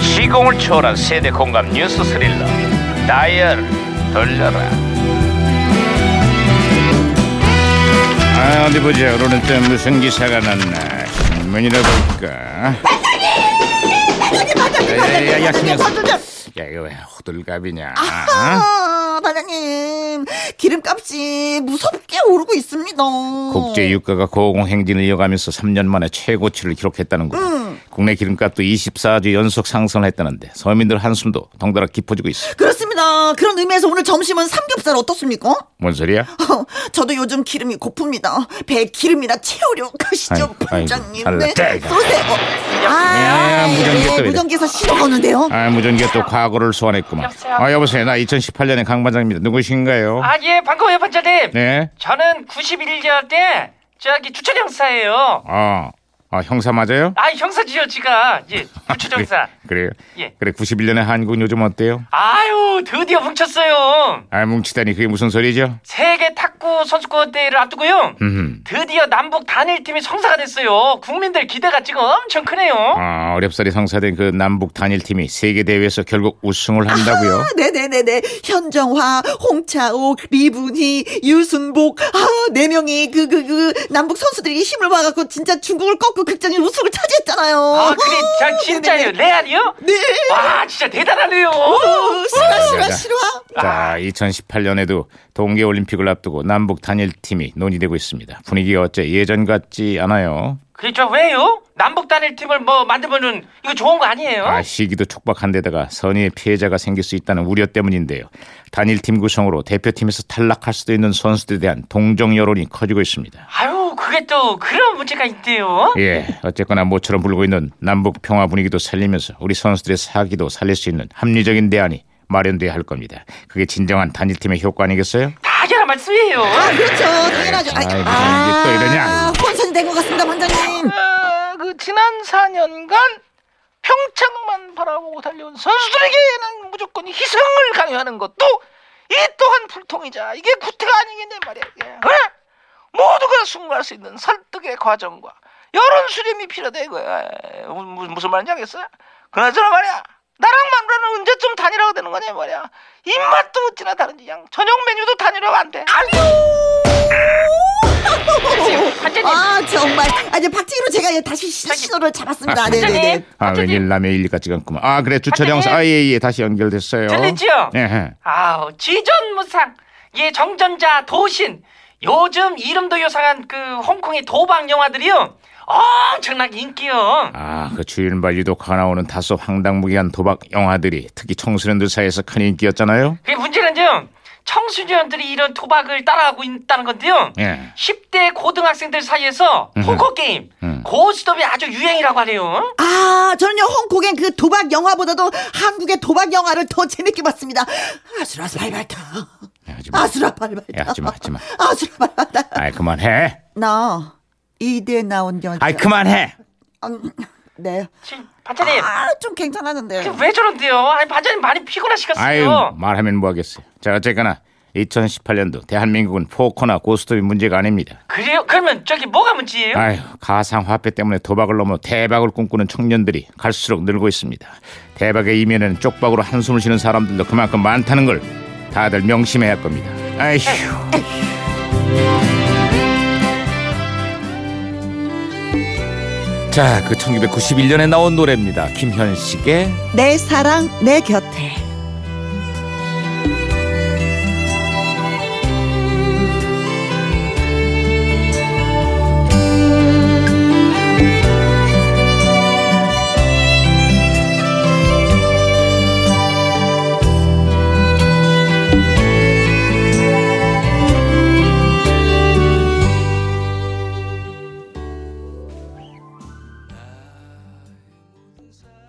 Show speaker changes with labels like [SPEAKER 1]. [SPEAKER 1] 시공을 초월한 세대 공감 뉴스 스릴러 다이얼 돌려라
[SPEAKER 2] 아 어디 보자 오늘은 또 무슨 기사가 났나 신문이나 볼까 야야야 아.
[SPEAKER 3] 반장님, 반장님.
[SPEAKER 2] 야 이거 왜 호들갑이냐
[SPEAKER 3] 아하, 반장님 기름값이 무섭게 오르고 있습니다.
[SPEAKER 2] 국제 유가가 고공행진을 이어가면서 3년 만에 최고치를 기록했다는 거야
[SPEAKER 4] 음.
[SPEAKER 2] 국내 기름값도 24주 연속 상승을 했다는데 서민들 한숨도 덩달아 깊어지고 있어
[SPEAKER 3] 그렇습니다. 그런 의미에서 오늘 점심은 삼겹살 어떻습니까?
[SPEAKER 2] 뭔 소리야?
[SPEAKER 3] 저도 요즘 기름이 고픕니다. 배 기름이나 채우려 가시죠,
[SPEAKER 2] 아이고,
[SPEAKER 3] 반장님.
[SPEAKER 2] 아이고,
[SPEAKER 3] 네,
[SPEAKER 2] 잘났다, 이거.
[SPEAKER 3] 쏘세요.
[SPEAKER 2] 야,
[SPEAKER 3] 아,
[SPEAKER 2] 무전기가 또 이래.
[SPEAKER 3] 무전기에서 신호가오는데요
[SPEAKER 2] 아 무전기가 또 과거를 소환했구만
[SPEAKER 4] 여보세요?
[SPEAKER 2] 아 여보세요 나 2018년의 강반장입니다 누구신가요?
[SPEAKER 4] 아 예 반가워요 반장님
[SPEAKER 2] 네?
[SPEAKER 4] 저는 91년 때 저기 주차장사예요
[SPEAKER 2] 아, 아 형사 맞아요?
[SPEAKER 4] 아 형사지요 지가 예
[SPEAKER 2] 아,
[SPEAKER 4] 주차장사
[SPEAKER 2] 그래요?
[SPEAKER 4] 예.
[SPEAKER 2] 그래 91년의 한국은 요즘 어때요?
[SPEAKER 4] 아유 드디어 뭉쳤어요
[SPEAKER 2] 아 뭉치다니 그게 무슨 소리죠?
[SPEAKER 4] 세계 탁구 선수권 대회를 앞두고요
[SPEAKER 2] 음.
[SPEAKER 4] 드디어 남북 단일팀이 성사가 됐어요 국민들 기대가 지금 엄청 크네요
[SPEAKER 2] 아, 어렵사리 성사된 그 남북 단일팀이 세계 대회에서 결국 우승을 한다고요?
[SPEAKER 3] 네네네네. 현정화, 홍차옥, 리분희, 유순복. 아, 네 명이 그, 그, 그, 남북 선수들이 힘을 모아갖고 진짜 중국을 꺾고 극장에 우승을 차지했잖아요.
[SPEAKER 4] 아 그래 저 진짜예요 레알이요?
[SPEAKER 3] 네.
[SPEAKER 4] 와 진짜 대단하네요
[SPEAKER 3] 어, 실화, 실화,
[SPEAKER 2] 자, 자.
[SPEAKER 3] 실화.
[SPEAKER 2] 자, 2018년에도 동계 올림픽을 앞두고 남북 단일팀이 논의되고 있습니다. 분위기가 어째 예전 같지 않아요?
[SPEAKER 4] 그래 저 왜요? 남북 단일팀을 뭐 만들면은 이거 좋은 거 아니에요?
[SPEAKER 2] 아, 시기도 촉박한데다가 선의의 피해자가 생길 수 있다는 우려 때문인데요. 단일팀 구성으로 대표팀에서 탈락할 수도 있는 선수들에 대한 동정 여론이 커지고 있습니다.
[SPEAKER 4] 아유 그게 또 그런 문제가 있대요
[SPEAKER 2] 예, 어쨌거나 모처럼 불고 있는 남북 평화 분위기도 살리면서 우리 선수들의 사기도 살릴 수 있는 합리적인 대안이 마련돼야 할 겁니다. 그게 진정한 단일팀의 효과 아니겠어요?
[SPEAKER 4] 당연한 말씀이에요.
[SPEAKER 3] 아, 그렇죠. 당연하죠. 아이,
[SPEAKER 2] 아이, 무슨 이게 또 이러냐.
[SPEAKER 3] 혼선이 된 것 같습니다, 반장님.
[SPEAKER 5] 아, 그 지난 4년간 평창만 바라보고 달려온 선수들에게는 무조건 희생을 강요하는 것도 이 또한 불통이자 이게 구태가 아니겠네 말이야. 예. 그래? 모두가 승부할 수 있는 설득의 과정과 여론 수렴이 필요하다 이거야. 예. 무- 무- 무슨 말인지 알겠어? 그나저나 말이야. 나랑 만나는 언제쯤 단일화가 되는 거냐 말이야. 입맛도 어찌나 다른지 양 저녁 메뉴도 단일화가 안 돼.
[SPEAKER 4] 반장님,
[SPEAKER 3] 아, 정말. 아, 이제 박치기로 제가 다시 시- 신호를 잡았습니다.
[SPEAKER 2] 아,
[SPEAKER 3] 네네네.
[SPEAKER 2] 아, 웬일 남의 일리 같지가 않구만. 아, 그래 주철
[SPEAKER 4] 반장님.
[SPEAKER 2] 형사. 아, 예, 예, 다시 연결됐어요.
[SPEAKER 4] 들리지요?
[SPEAKER 2] 예, 예.
[SPEAKER 4] 아우 지전무상, 예 정전자 도신. 요즘 이름도 요상한 그 홍콩의 도박 영화들이요. 엄청나게 인기요.
[SPEAKER 2] 아, 그 주일발 유독 나오는 다소 황당무계한 도박 영화들이 특히 청소년들 사이에서 큰 인기였잖아요.
[SPEAKER 4] 그게 문제는요. 청소년들이 이런 도박을 따라하고 있다는 건데요.
[SPEAKER 2] 예.
[SPEAKER 4] 10대 고등학생들 사이에서 포커 게임,
[SPEAKER 2] 음.
[SPEAKER 4] 고스톱이 아주 유행이라고 하네요.
[SPEAKER 3] 아, 저는요, 홍콩의 그 도박 영화보다도 한국의 도박 영화를 더 재밌게 봤습니다. 아수라 발발타.
[SPEAKER 2] 예, 하지마.
[SPEAKER 3] 아수라 발발타.
[SPEAKER 2] 뭐? 야, 하지마, 하지마.
[SPEAKER 3] 아수라 발발타.
[SPEAKER 2] 아이, 그만해.
[SPEAKER 3] 나, 이대 나온 여자.
[SPEAKER 2] 아이, 그만해.
[SPEAKER 3] 음, 네.
[SPEAKER 4] 지금
[SPEAKER 2] 예.
[SPEAKER 4] 반장님,
[SPEAKER 3] 아, 좀 괜찮았는데.
[SPEAKER 4] 그게 왜 저런데요? 아니 반장님 많이 피곤하시겠어요.
[SPEAKER 2] 아유 말하면 뭐하겠어요. 자 어쨌거나 2018년도 대한민국은 포커나 고스톱이 문제가 아닙니다.
[SPEAKER 4] 그래요? 그러면 저기 뭐가 문제예요?
[SPEAKER 2] 아유 가상화폐 때문에 도박을 넘어 대박을 꿈꾸는 청년들이 갈수록 늘고 있습니다. 대박의 이면에는 쪽박으로 한숨을 쉬는 사람들도 그만큼 많다는 걸 다들 명심해야 할 겁니다. 아휴. 자, 그 1991년에 나온 노래입니다. 김현식의
[SPEAKER 3] 내 사랑, 내 곁에.